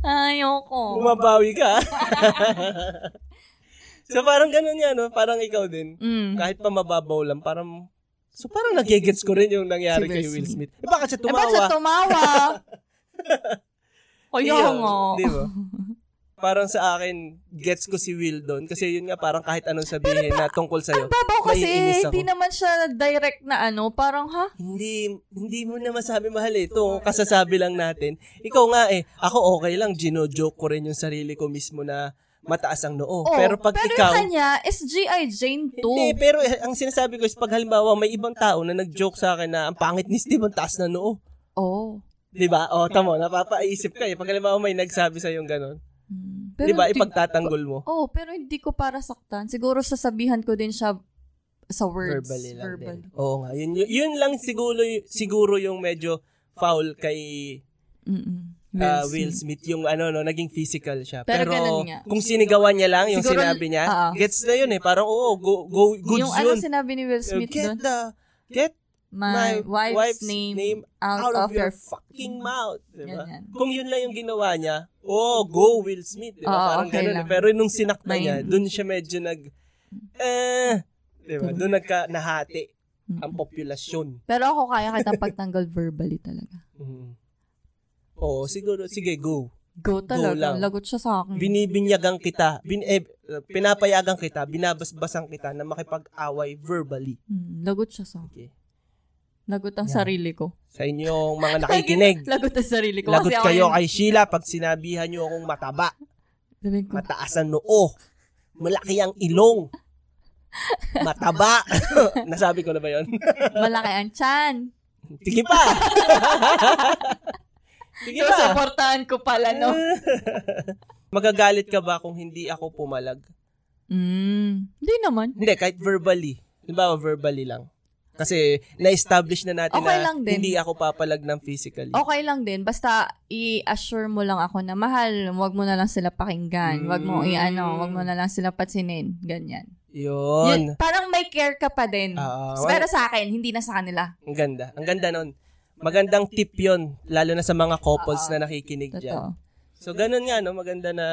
Ayoko. bumabawi <laughs> ka. so parang ganun yan, no? parang ikaw din. Mm. Kahit pa mababaw lang, parang, so parang nagigets ko rin yung nangyari Si kay Will Will Smith. Eh, bakit siya Eh, ba't siya tumawa? <laughs> tumawa? Kaya Yun, nga. Di <laughs> ba? Parang sa akin, gets ko si Will doon. Kasi yun nga, parang kahit anong sabihin na tungkol sa'yo. Babaw Diba, kasi, Naiinis ako. hindi naman siya direct na ano, parang ha? Hindi, hindi mo na masabi mahal eh. Ito, kasasabi lang natin. Ikaw nga eh, ako okay lang, gino-joke ko rin yung sarili ko mismo na mataas ang noo. Oh, pero pag ikaw, pero yung kanya, is G.I. Jane 2. hindi, pero eh, ang sinasabi ko is pag halimbawa may ibang tao na nag-joke sa akin na ang pangit ni Steve, ang taas na noo. Oh. Di ba? O, tamo, napapaisip ka eh. Pag halimbawa may nagsabi sa'yo yung ganun. Hmm. Pero Di ba? hindi- Ipagtatanggol mo. Oh, pero hindi ko para saktan. Siguro sasabihan ko din siya sa words. Verbally lang Verbal. din. Oo nga. Yun, yun, yun lang siguro, y- siguro yung medyo foul kay Mm-mm. uh, Will Will Smith. Yung ano, no, naging physical siya. Pero, Pero ganun nga. kung sinigawan niya lang yung Siguro- sinabi niya, oo. gets na yun eh. Parang, oo, go, go, goods Yung ano yun. sinabi ni Will Smith get doon? the, get My, wife's, name, out, of, your fucking mouth. Diba? Ganyan. Kung yun lang yung ginawa niya, oh, go Will Smith. Diba? Oo, Parang okay ganun. eh. lang. Pero nung sinakta May- niya, dun siya medyo nag, eh, diba? Hmm. Dun nagka, nahati Mm. ang populasyon. Pero ako kaya <laughs> kitang pagtanggal verbally talaga. Mm. Oo, siguro. Sige, go. Go talaga. lang. Lagot siya sa akin. Binibinyagan kita. Bin, eh, pinapayagan kita. Binabasbasan kita na makipag-away verbally. Hmm, lagot siya sa akin. Okay. Lagot ang Yeah. sarili ko. Sa inyong <laughs> mga nakikinig. Lagot ang sarili ko. Lagot kasi ako kayo yung- kay Sheila pag sinabihan niyo akong mataba, Sabihin ko, mataas ang noo, malaki ang ilong, mataba. <laughs> Nasabi ko na ba yun? malaki ang chan. <laughs> Sige pa! Sige So, pa! supportahan ko pala, no? Magagalit ka ba kung hindi ako pumalag? <laughs> Mm, hindi naman. Hindi, kahit verbally. Halimbawa, verbally lang. Kasi na-establish na natin Okay na lang din. Oh. hindi ako papalag ng physically. Okay lang din. Basta i-assure mo lang ako na mahal, wag mo na lang sila pakinggan. Wag Mm. mo i-ano, wag mo na lang sila patsinin. Ganyan. Yun. Yun, parang may care ka pa din. Ah, Pero sa akin, hindi na sa kanila. Ang ganda. Ang ganda nun. Magandang tip yon lalo na sa mga couples Ah, na nakikinig dyan. Totoo. So, ganun nga, no? Maganda na...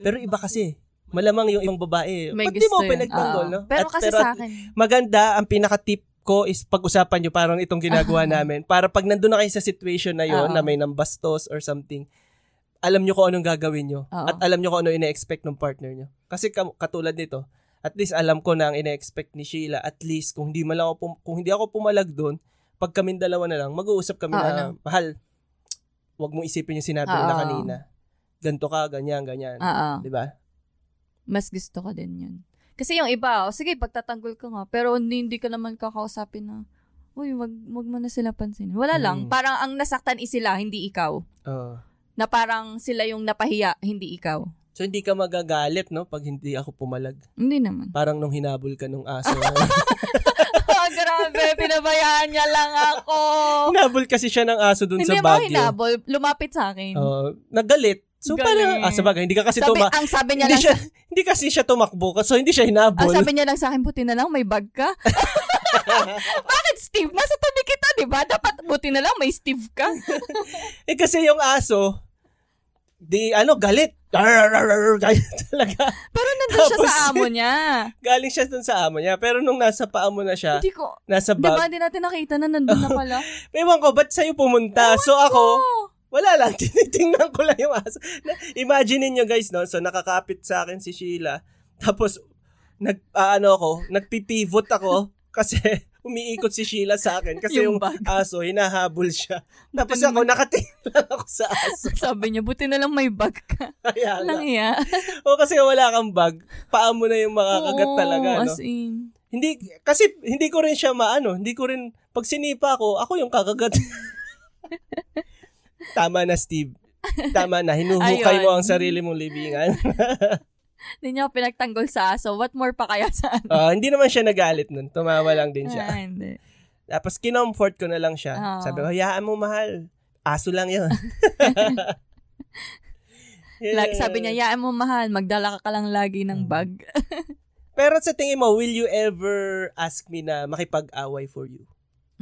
Pero iba kasi. Malamang yung ibang babae. Ba't May di mo gusto yun. pinagtanggol, Oo. no? Pero At- kasi pero sa at- akin. Maganda, ang pinaka-tip ko is pag-usapan nyo parang itong <laughs> ginagawa namin. Para pag nandun na kayo sa situation na yon Oo. na may nambastos or something, alam nyo kung anong gagawin nyo. Oo. At alam nyo kung ano ina-expect ng partner nyo. Kasi kam- katulad nito, at least alam ko na ang ina-expect ni Sheila, at least kung hindi, man lang ako, pum- kung hindi ako pumalag doon, pag kaming dalawa na lang, mag-uusap kami Oo, na, mahal, wag mo isipin yung sinabi mo na Oo. kanina. Ganto ka, ganyan, ganyan. Oo. Di ba? Mas gusto ko din yun. Kasi yung iba, oh, sige, pagtatanggol ko nga. Pero hindi hindi ka naman kakausapin na, uy, wag, wag mo na sila pansinin. Wala Mm. lang. Parang ang nasaktan is sila, hindi ikaw. Oo. Na parang sila yung napahiya, hindi ikaw. So hindi ka magagalit no pag hindi ako pumalag. Hindi <laughs> naman. Parang nung hinabol ka nung <laughs> aso. <laughs> oh, grabe. Pinabayaan niya lang ako. hinabol kasi siya ng aso dun Hindi sa mo ako Baguio. hinabol. Lumapit sa akin. Oo, nagalit. So Galing. eh. parang ah, sabagay, hindi ka kasi Oh. sabi, tuma ang sabi niya hindi, lang, siya, <laughs> hindi kasi siya tumakbo so hindi siya hinabol. ang sabi niya lang sa akin, buti na lang may bag <laughs> ka. Bakit Steve? Nasa tabi kita, di ba? Dapat buti na lang may Steve ka. Eh kasi yung aso, di ano, galit. <laughs> Ararararar, Galit talaga. Pero nandun siya Tapos- sa amo niya. Galing siya dun sa amo niya. Pero nung nasa paa mo na siya, Hindi ko, nasa di ba bag. hindi natin nakita na nandun na <laughs> pala? Ewan ko, ba't sa'yo pumunta? so ako, Oh, wala lang. <laughs> Tinitingnan ko lang yung aso. Na, imagine niyo guys, no? So nakakapit sa akin si Sheila. Tapos, nag, ah, ano ako, nagpipivot ako kasi <laughs> umiikot si Sheila sa akin kasi yung, Yung bag. aso, hinahabol siya. Tapos Buti ako, nakatingin lang ako sa aso. <laughs> sabi niya, buti na lang may bag ka. Kaya lang. Lang iya. O kasi wala kang bag, paa mo na yung makakagat Oo, talaga, no? As in. Hindi, kasi hindi ko rin siya maano, hindi ko rin, pag sinipa ako, ako yung <laughs> kakagat. Tama na, Steve. Tama na, hinuhukay Ayun. mo ang sarili mong libingan. <laughs> Hindi niya ako pinagtanggol sa aso. What more pa kaya sa ano? Ah, hindi naman siya nagalit nun, tumawa lang din siya. Ah, hindi. Tapos kinomfort ko na lang siya. Oo. Sabi ko, hayaan mo, mahal. Aso lang yun. <laughs> Like, sabi niya, yaan mo mahal, magdala ka, ka lang lagi ng Hmm. bag. Pero sa tingin mo, will you ever ask me na makipag-away for you?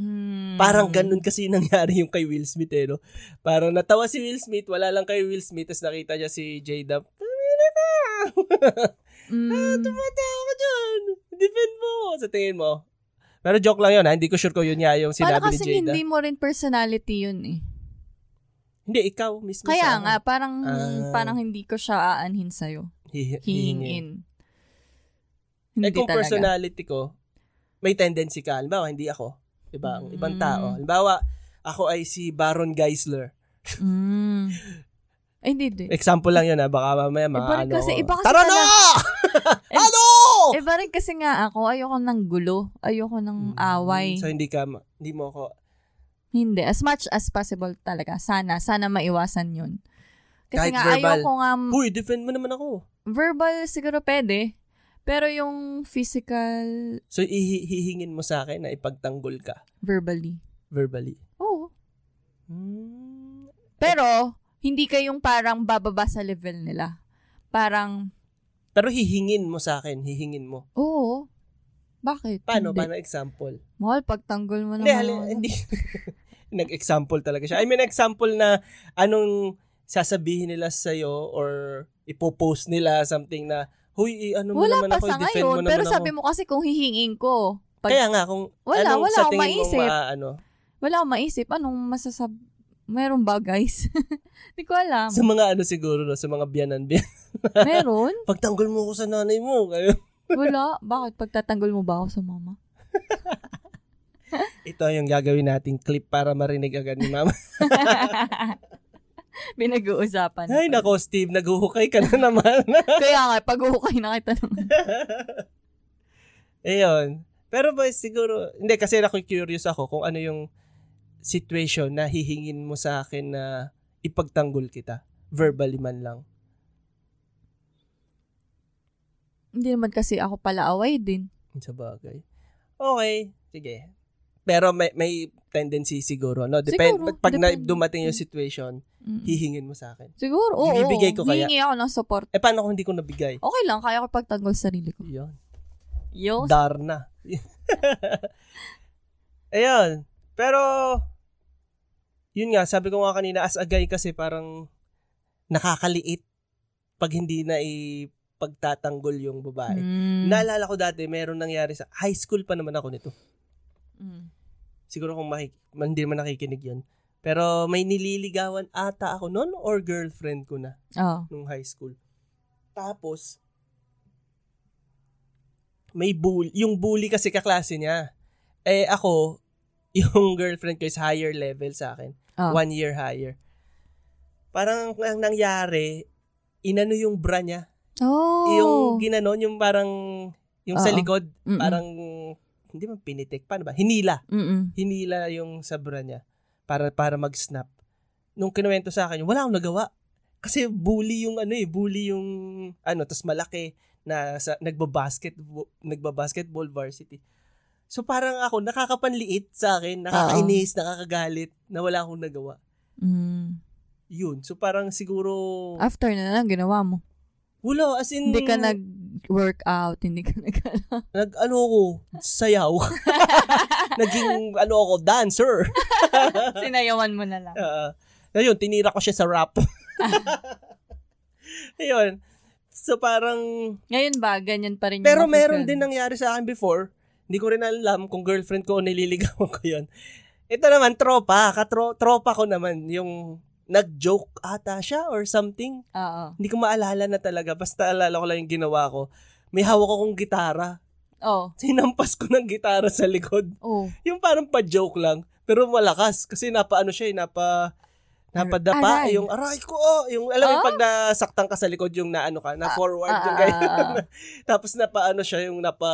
Hmm. Parang ganun kasi yung nangyari yung kay Will Smith eh, no? Parang natawa si Will Smith, wala lang kay Will Smith, tapos nakita niya si Jada. Tumira ka! <laughs> Ah, Hmm. Tumatawa ka dyan! Defend mo! Sa tingin mo. Pero joke lang yun, ha? Hindi ko sure ko yun nga yung Parang sinabi ni kasi Jada. hindi Hindi... mo rin personality yun eh. ikaw mismo Kaya sa ano, nga, parang Ah. parang hindi ko siya aanhin sa'yo. Hi- hihingin. Hihingin. Eh Hindi kung talaga. personality ko, may tendency ka. Halimbawa, hindi ako. Diba? Ang ibang Mm. tao. Halimbawa, ako ay si Baron Geisler. Mm. Ay, hindi, hindi. Example lang yun, ha? Baka mamaya mga Iba rin ano. Eh, kasi- iba kasi Tara na! talaga- <laughs> <laughs> Eh, ano? Iba rin kasi nga ako, ayoko ng gulo. Ayoko ng Mm, away. Mm. So, hindi ka, ma- hindi mo ako Hindi. As much as possible talaga. Sana. Sana maiwasan yun. Kasi Kahit nga, verbal. ayoko nga, Uy, defend mo naman ako. verbal siguro pwede. Pero yung physical, So, ihi- hihingin mo sa akin na ipagtanggol ka verbally. verbally. Oo. Hmm. Pero, hindi kayong parang bababa sa level nila. Parang, Pero hihingin mo sa akin, hihingin mo. oo. Bakit? Paano? Hindi. Ano Paano example? Mahal, pagtanggol mo Hindi, naman. hali- ako. hindi. <laughs> Nag-example talaga siya. I mean, example na anong sasabihin nila sa'yo or ipopost nila something na, Huy, i- ano mo Wala naman pa ako, sa defend mo ngayon. naman Pero ako. sabi mo kasi kung hihingin ko, pag Kaya nga, kung Wala, anong wala sa akong tingin mong maisip. maa- ano, wala akong maisip, anong masasab... Meron ba, <laughs> guys? Hindi ko alam. <laughs> sa mga ano siguro, no, sa mga biyanan-biyan. Meron? Pagtanggol mo ako sa nanay mo. Kayo. Wala. Bakit? Pagtatanggol mo ba ako sa mama? <laughs> Ito yung gagawin nating clip para marinig agad ni mama. Binag-uusapan. Ay, nako, Steve, naghuhukay ka na naman. <laughs> Kaya nga, pag-uhukay na kita naman. Ayun. Pero ba, siguro, hindi, kasi ako curious ako kung ano yung situation na hihingin mo sa akin na ipagtanggol kita. Verbally man lang. Hindi naman kasi ako pala away din. Sa bagay. Okay, sige. Pero may, may tendency siguro, no? Depend, Siguro, pag na, depende. dumating yung situation, Mm. hihingin mo sa akin. Siguro, oo. Binibigay ko kaya. Hihingi ako ng support. Eh, paano kung hindi ko nabigay? Okay lang, kaya ko pagtanggol sa sarili ko. Yun. Yo, Darna. Ayun. Pero, yun nga, sabi ko nga kanina, as a guy kasi parang nakakaliit pag hindi na ipagtatanggol yung babae. Mm. Naalala ko dati, meron nangyari sa high school pa naman ako nito. Mm. Siguro kung makik- hindi naman nakikinig yun. Pero may nililigawan ata ako noon or girlfriend ko na Oh. nung high school. Tapos, may bully. Yung bully kasi kaklase niya. Eh ako, <laughs> yung girlfriend ko is higher level sa akin. Ah. One year higher. Parang ang nangyari, inano yung bra niya. Eh, Oh. Yung ginanon, yung parang, yung sa Oo. likod, Mm-mm. parang, hindi man pinitik, paano ba? Hinila. Mm-mm. Hinila yung sa bra niya para, para mag-snap. Nung kinuwento sa akin, wala akong nagawa. Kasi bully yung ano eh, bully yung ano, tas malaki na sa, nagbabasket, nagbabasketball varsity. So parang ako, nakakapanliit sa akin, nakakainis, nakakagalit, na wala akong nagawa. Mm. Yun. So parang siguro, After na lang, ginawa mo. wala, as in, Ah. Hindi ka nag-workout, hindi ka nag nag, ano ako, sayaw. <laughs> Naging, ano ako, dancer. Sinayawan mo na lang. Oo. Ayun, tinira ko siya sa rap. Ayun. So parang, Ngayon ba, ganyan pa rin yung pero mga meron friend? din nangyari sa akin before. Hindi ko rin alam kung girlfriend ko o nililigawan ko yun. Ito naman, tropa. Katro, tropa ko naman yung nag-joke ata siya or something. Oo. Hindi ko maalala na talaga. Basta alala ko lang yung ginawa ko. May hawak akong gitara. Oo. Sinampas ko ng gitara sa likod. Oh. Yung parang pa-joke lang, pero malakas. Kasi napaano siya, eh, napa, napadapa. Aray. Yung aray ko, oh. Yung, alam mo, Ah. yung pag nasaktan ka sa likod, yung naano ka, na-forward, Ah, yung ah, ganyan. ah, ah. <laughs> Tapos napaano siya, yung napa,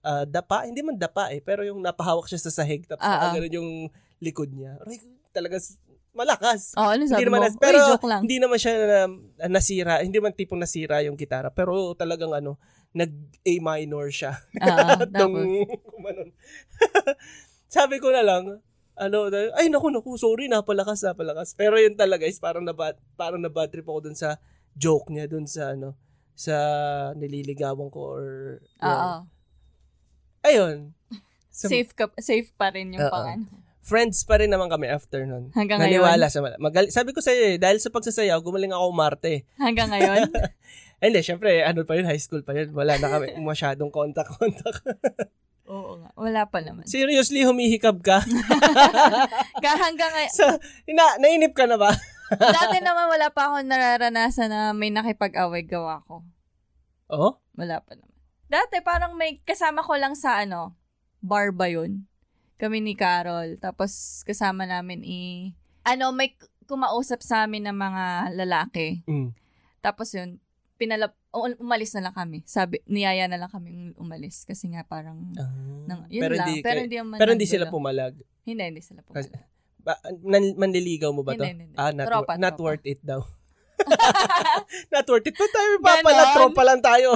ah, dapa, hindi man dapa eh, pero yung napahawak siya sa sahig, tapos uh, Ah, ah. yung likod niya. Aray ko, talaga, s- malakas. Oo, ano sabi Hindi naman mo? nas- pero Uy, joke <laughs> lang. hindi naman siya na, nasira, hindi man tipong nasira yung gitara, pero talagang ano, nag-A minor siya. Ah, ah, Nung tapos. kumanon. <laughs> Sabi ko na lang, ano, ay naku naku, sorry, napalakas, napalakas. Pero yun talaga guys, parang na parang na trip ako dun sa joke niya dun sa ano, sa nililigawan ko or Oo. ayun. So, Ah, Safe, ka, safe pa rin yung Oo. pangan. friends pa rin naman kami after nun. Hanggang ngayon? Naniwala sa mala- magal- Sabi ko sa iyo eh, dahil sa pagsasayaw, gumaling ako umarte. <laughs> Hanggang ngayon? Eh, Hindi, syempre, ano pa yun, high school pa yun. Wala na kami <laughs> masyadong contact-contact. Oo nga. Wala pa naman. <laughs> Seriously, humihikab ka? <laughs> Ka- hanggang ngayon. sa, ina, nainip ka na ba? <laughs> Dati naman wala pa akong nararanasan na may nakipag-away gawa ko. Oo. Wala pa naman. Dati parang may kasama ko lang sa ano, bar ba yun? Kami ni Carol. Tapos kasama namin i... Ano, may k- kumausap sa amin ng mga lalaki. Mm. Tapos yun, pinalap, um- umalis na lang kami. Sabi, niyaya na lang kami umalis. Kasi nga parang, nang, Ah. Mm. yun pero lang. hindi, pero kay- hindi naman pero hindi nagdulo. sila pumalag. Hindi, hindi sila po. Kasi- Ba, nan, manliligaw mo ba to? Hindi, hindi, hindi. Ah, not, Tropa, wor- not tropa. worth it daw. <laughs> not worth it. Ba't tayo papala? Ganon. Tropa lang tayo.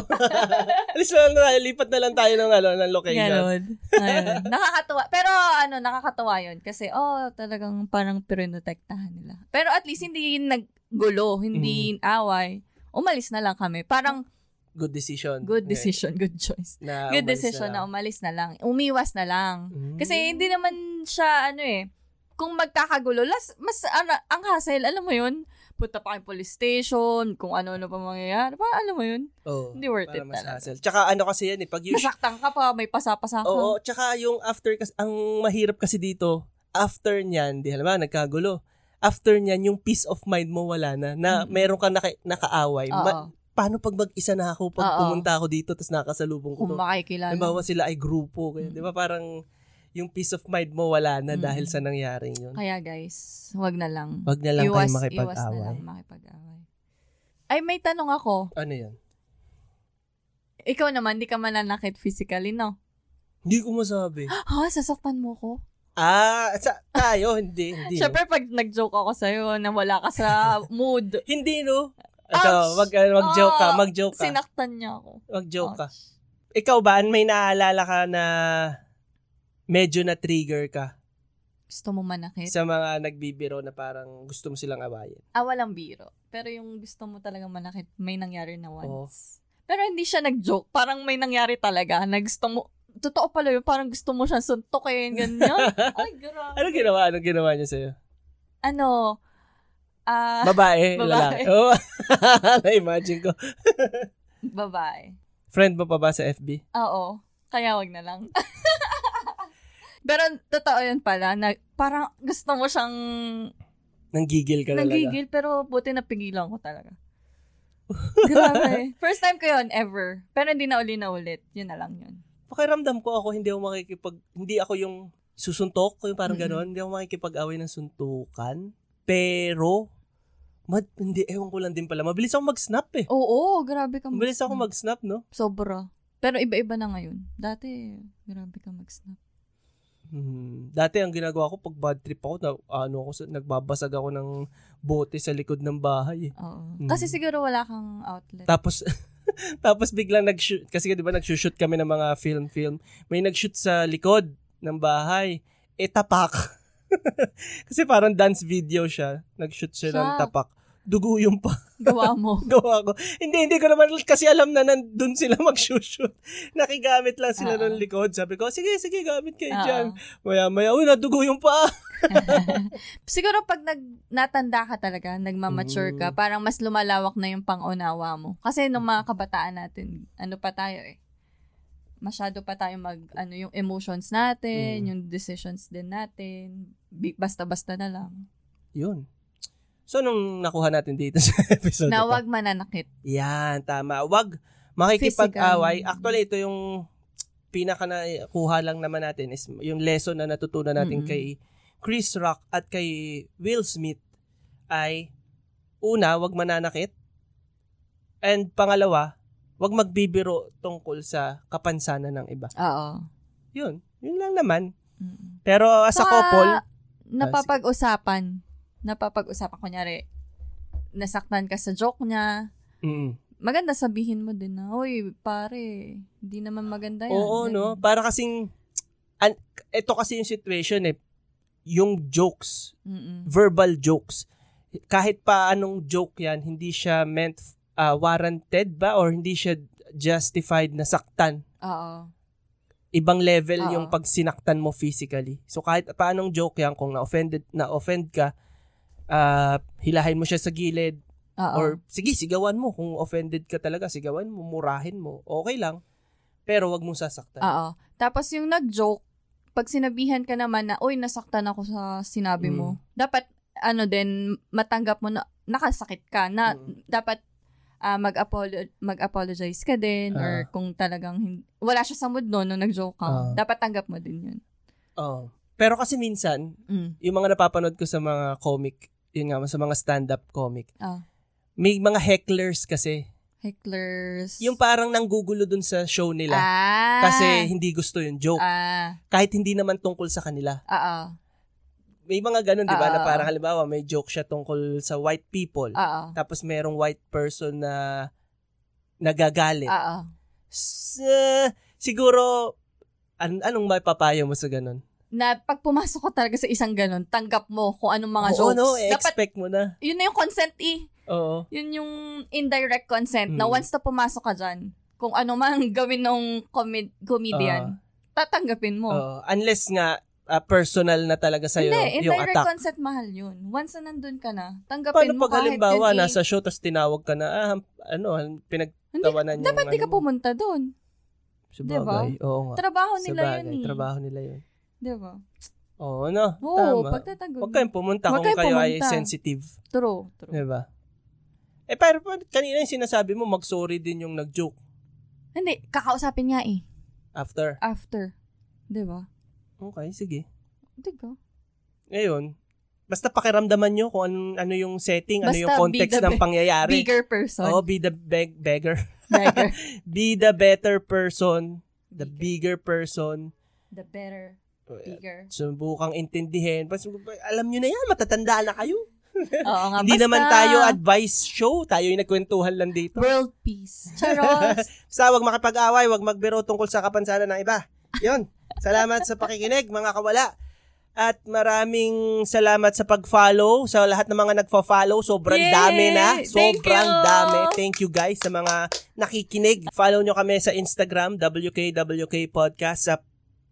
<laughs> Alis na lang tayo. Lipat na lang tayo ng, ano, ng location. Ganon. <laughs> Ayun. Nakakatuwa. Pero ano, nakakatuwa yun. Kasi, oh, talagang parang pirinotektahan nila. Pero at least hindi naggulo, Mm. hindi away. Umalis na lang kami. Parang Good decision. good Okay. decision, good choice. Na Ah, Good umalis decision na lang. umalis na lang. Umiwas na lang. Mm. Kasi hindi naman siya, ano eh, kung magkakagulo, las, mas ano, ang hassle, alam mo yun, punta pa kayong police station, kung ano-ano pa mangyayari, pa, alam mo yun, Oo, hindi worth Oh, para it mas talaga. hassle. Tsaka ano kasi yan eh, pag usually, masaktan ka pa, may pasapasa ka. Oo, tsaka yung after, kasi, ang mahirap kasi dito, after niyan, di alam ba, nagkagulo. After niyan, yung peace of mind mo wala na, na Mm. meron kang naka, nakaaway. Oo. Ma- paano pag mag-isa na ako, pag Oo. pumunta ako dito, tapos nakasalubong ko kung to. makikilala. Halimbawa sila ay grupo. Kaya, Mm. Di ba parang yung peace of mind mo wala na Mm. dahil sa nangyaring yun. Kaya guys, wag na lang. Wag na lang iwas, tayong Iwas na makipag-away. lang makipag-away. Ay, may tanong ako. Ano yan? Ikaw naman, di ka mananakit physically, no? Hindi ko <gasps> masabi. Ha? Sasaktan mo ko? ah, sa, tayo, hindi, hindi. no? Siyempre, pag nag-joke ako sa'yo na wala ka sa <laughs> mood, Hindi, no? Ouch! Ito, wag, wag joke ka, Ah, mag joke ka. sinaktan niya ako. Wag joke ka. Ouch. Ikaw ba, may naalala ka na medyo na-trigger ka Gusto mo manakit? sa mga nagbibiro na parang gusto mo silang awayin? Ah, walang biro. Pero yung gusto mo talaga manakit, may nangyari na once. Oo. Pero hindi siya nag-joke. Parang may nangyari talaga na gusto mo, totoo pala yun, parang gusto mo siyang suntukin, <laughs> ganyan. Ay, grabe. Ano ginawa? Ano ginawa niya sa'yo? Ano, ah, Babae, <laughs> Babae. lalaki. Oo. <laughs> Na-imagine ko. babae. Friend mo pa ba sa FB? Oo, kaya wag na lang. <laughs> Pero totoo yun pala, na, parang gusto mo siyang Nanggigil ka talaga. nanggigil, pero buti napigilan ko talaga. <laughs> Grabe. First time ko yun, ever. Pero hindi na uli na ulit. Yun na lang yun. Pakiramdam ko ako, hindi ako makikipag, hindi ako yung susuntok, yung parang Mm-mm. gano'n. Hindi ako makikipag-away ng suntukan. Pero, mad, hindi, ewan ko lang din pala. Mabilis ako mag-snap Oh, eh. Oo, grabe ka Mabilis ako mag-snap, mag-snap. no? Sobra. Pero iba-iba na ngayon. Dati, grabe ka mag-snap. Hmm. Dati ang ginagawa ko pag bad trip ako, na, ano ako, sa- nagbabasag ako ng bote sa likod ng bahay. eh. Oo. Mm. Kasi siguro wala kang outlet. Tapos <laughs> tapos biglang nag-shoot kasi 'di ba nag-shoot kami ng mga film film. May nag-shoot sa likod ng bahay. E tapak. <laughs> kasi parang dance video siya. Nag-shoot siya ng Siya. tapak. Dugo yung <laughs> pa <laughs> Gawa mo. gawa ko. Hindi, hindi ko naman kasi alam na nandun sila <laughs> mag-shoot. Nakigamit lang sila Oo. ng likod. Sabi ko, sige, sige, gamit kayo Oo. dyan. Maya-maya, uy, nadugo yung paa. <laughs> Siguro pag nag, natanda ka talaga, nagmamature ka, Mm. parang mas lumalawak na yung pangunawa mo. Kasi nung mga kabataan natin, ano pa tayo eh, masyado pa tayo mag, ano, yung emotions natin, Mm. yung decisions din natin, bi- basta-basta na lang. Yun. So, nung nakuha natin dito sa <laughs> episode na Na to, huwag mananakit. Yan, tama. Wag makikipag-away. Physical. Actually, ito yung pinaka na kuha lang naman natin is yung lesson na natutunan natin Mm-mm. kay Chris Rock at kay Will Smith ay una, wag mananakit. And pangalawa, wag magbibiro tungkol sa kapansanan ng iba. Oo. Yun. Yun lang naman. Mm. Pero as a Saka, couple, Napapag-usapan. Napapag-usapan. Kunyari, nasaktan ka sa joke niya, mm, maganda sabihin mo din na, Uy, pare, hindi naman maganda yan. Oo, no? Ganun. Para kasing, an, ito kasi yung situation eh, yung jokes, Mm-mm. verbal jokes. Kahit pa anong joke yan, hindi siya meant ah, warranted ba or hindi siya justified na saktan. Oo. Ibang level Oo. yung pag sinaktan mo physically. So kahit pa anong joke yan, kung na-offended, na-offend ka, ah, hilahin mo siya sa gilid Oo. or sige, sigawan mo. Kung offended ka talaga, sigawan mo, murahin mo. Okay lang. Pero wag mong sasaktan. Oo. Tapos yung nag-joke, pag sinabihan ka naman na, uy, nasaktan ako sa sinabi Mm. mo, dapat, ano din, matanggap mo na nakasakit ka, na Mm. dapat ah, mag-apolo- mag-apologize ka din, Ah. or kung talagang, hin- wala siya sa mood noon nung nag-joke ka, Ah. dapat tanggap mo din yun. Oo. Oh. Pero kasi minsan, Mm. yung mga napapanood ko sa mga comic, yun nga, sa mga stand-up comic, Ah. may mga hecklers kasi. Hecklers. Yung parang nanggugulo dun sa show nila Ah. kasi hindi gusto yung joke. Ah. Kahit hindi naman tungkol sa kanila. Oo. May mga ganun, di ba? Ah, na ah, parang ah. halimbawa may joke siya tungkol sa white people. Oo. Tapos merong white person na nagagalit. Oo. S- eh, siguro, an- anong may papayo mo sa ganun? Na pag pumasok ko talaga sa isang ganun, tanggap mo kung anong mga Oo, jokes. no? eh, dapat, expect mo na. yun na yung consent eh. Oo. Yun yung indirect consent na Mm. once na pumasok ka dyan, kung ano man gawin ng comed- comedian, Ah. tatanggapin mo. Oo. unless nga, ah, personal na talaga sa'yo Hindi, yung indirect attack. consent mahal yun. Once na nandun ka na, tanggapin Paano mo pag kahit halimbawa yun eh. nasa show tapos tinawag ka na ah, ham- ano hindi, pinagtawanan yung dapat di ka ano mo. pumunta dun. Sabagay. Oo nga. Trabaho nila Sabagay. yun eh. Trabaho nila yun. Di ba? Oo, no. Oo, Tama. pagtatanggol. Huwag kayong pumunta Huwag kung kayong kayo ay pumunta. sensitive. True, true. Di ba? Eh, pero pa- kanina yung sinasabi mo, mag-sorry din yung nag-joke Hindi, kakausapin niya eh. after. After. Di ba? Okay, sige. Di ba? Ngayon, basta pakiramdaman nyo kung ano, ano yung setting, ano Basta yung be context the ng be- pangyayari. Bigger person. Oh, be the beg- beggar. Bigger. be the better person, <laughs> the bigger person. The better. Bigger. subukang intindihin. Pas, alam nyo na yan, matatanda na kayo. Oo nga, Hindi Ah, basta. naman tayo advice show. Tayo yung nagkwentuhan lang dito. World <laughs> peace. Charos. Sa wag makipag-away, wag magbiro tungkol sa kapansanan ng iba. Yun. Salamat sa pakikinig, mga kawala. At maraming salamat sa pag-follow sa lahat ng mga nagfa-follow. Sobrang Yay! dami na. Thank Sobrang you! dami. Thank you guys sa mga nakikinig. Follow nyo kami sa Instagram, WKWK Podcast, sa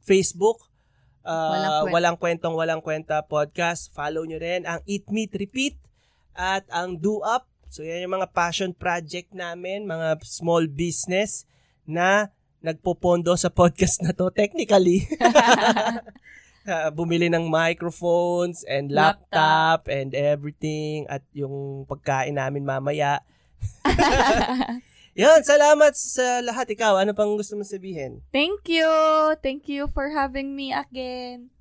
Facebook, uh, Walang Kwent- Walang Kwentong Walang Kwenta Podcast. Follow nyo rin ang Eat Meet Repeat at ang Do Up. So yan yung mga passion project namin, mga small business na nagpopondo sa podcast na to <laughs> technically. Ah, bumili ng microphones and laptop, Laptop. and everything at yung pagkain namin <laughs> mamaya. <laughs> Yan, salamat sa lahat. Ikaw, ano pang gusto mong sabihin? Thank you. Thank you for having me again.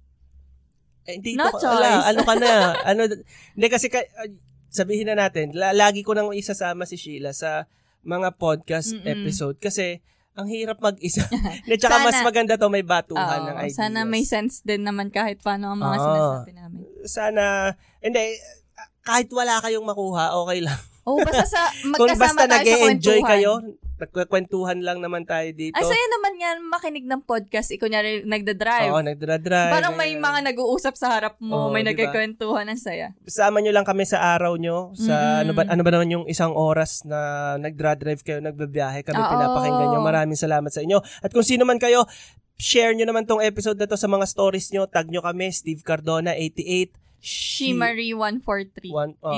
Eh, hindi No ko choice. wala. Ano ka <laughs> na? ano, hindi kasi, ka, ah, sabihin na natin, la- lagi ko nang isasama si Sheila sa mga podcast Mm-mm. episode kasi Ang hirap <laughs> mag-isa. Na tsaka Sana- mas maganda to may batuhan Oo, ng ideas. Ah, Ah. sana may sense din naman kahit paano ang mga Oo. sinasabi namin. Sana, hindi, kahit wala kayong makuha, okay lang. Oh, basta sa <laughs> Kung basta magkasama tayo sa nag-e-enjoy kwentuhan. kayo, nagkakwentuhan lang naman tayo dito. Ang saya naman nga makinig ng podcast. Ikaw kunyari nagda-drive. Oo, nagdra-drive. Parang may mga nag-uusap sa harap Oo, mo, may di ba? nagkikwentuhan. Ang saya. Sama nyo lang kami sa araw nyo. Sa Mm-mm. ano, ba, ano ba naman yung isang oras na nagdra-drive kayo, nagbabiyahe kami, Oo. pinapakinggan nyo. Maraming salamat sa inyo. At kung sino man kayo, share nyo naman tong episode na to sa mga stories nyo. Tag nyo kami, Steve Cardona, 88. Shi- Shimari143. One, oh,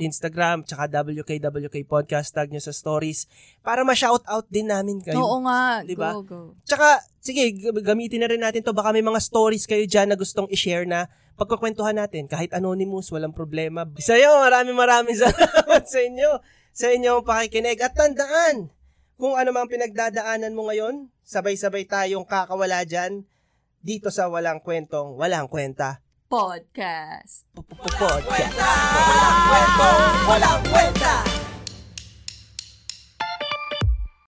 Sa Instagram, tsaka WKWK Podcast, tag nyo sa stories para ma-shout out din namin kayo. Oo nga. Di ba? Go, go. Tsaka, sige, g- gamitin na rin natin to. Baka may mga stories kayo dyan na gustong i-share na pagkakwentuhan natin. Kahit anonymous, walang problema. Sa'yo, maraming maraming salamat sa inyo. Sa inyong pakikinig. At tandaan, kung ano mang pinagdadaanan mo ngayon, sabay-sabay tayong kakawala dyan dito sa Walang Kwentong Walang Kwenta Podcast. Podcast. Walang Kwentong Walang Kwenta!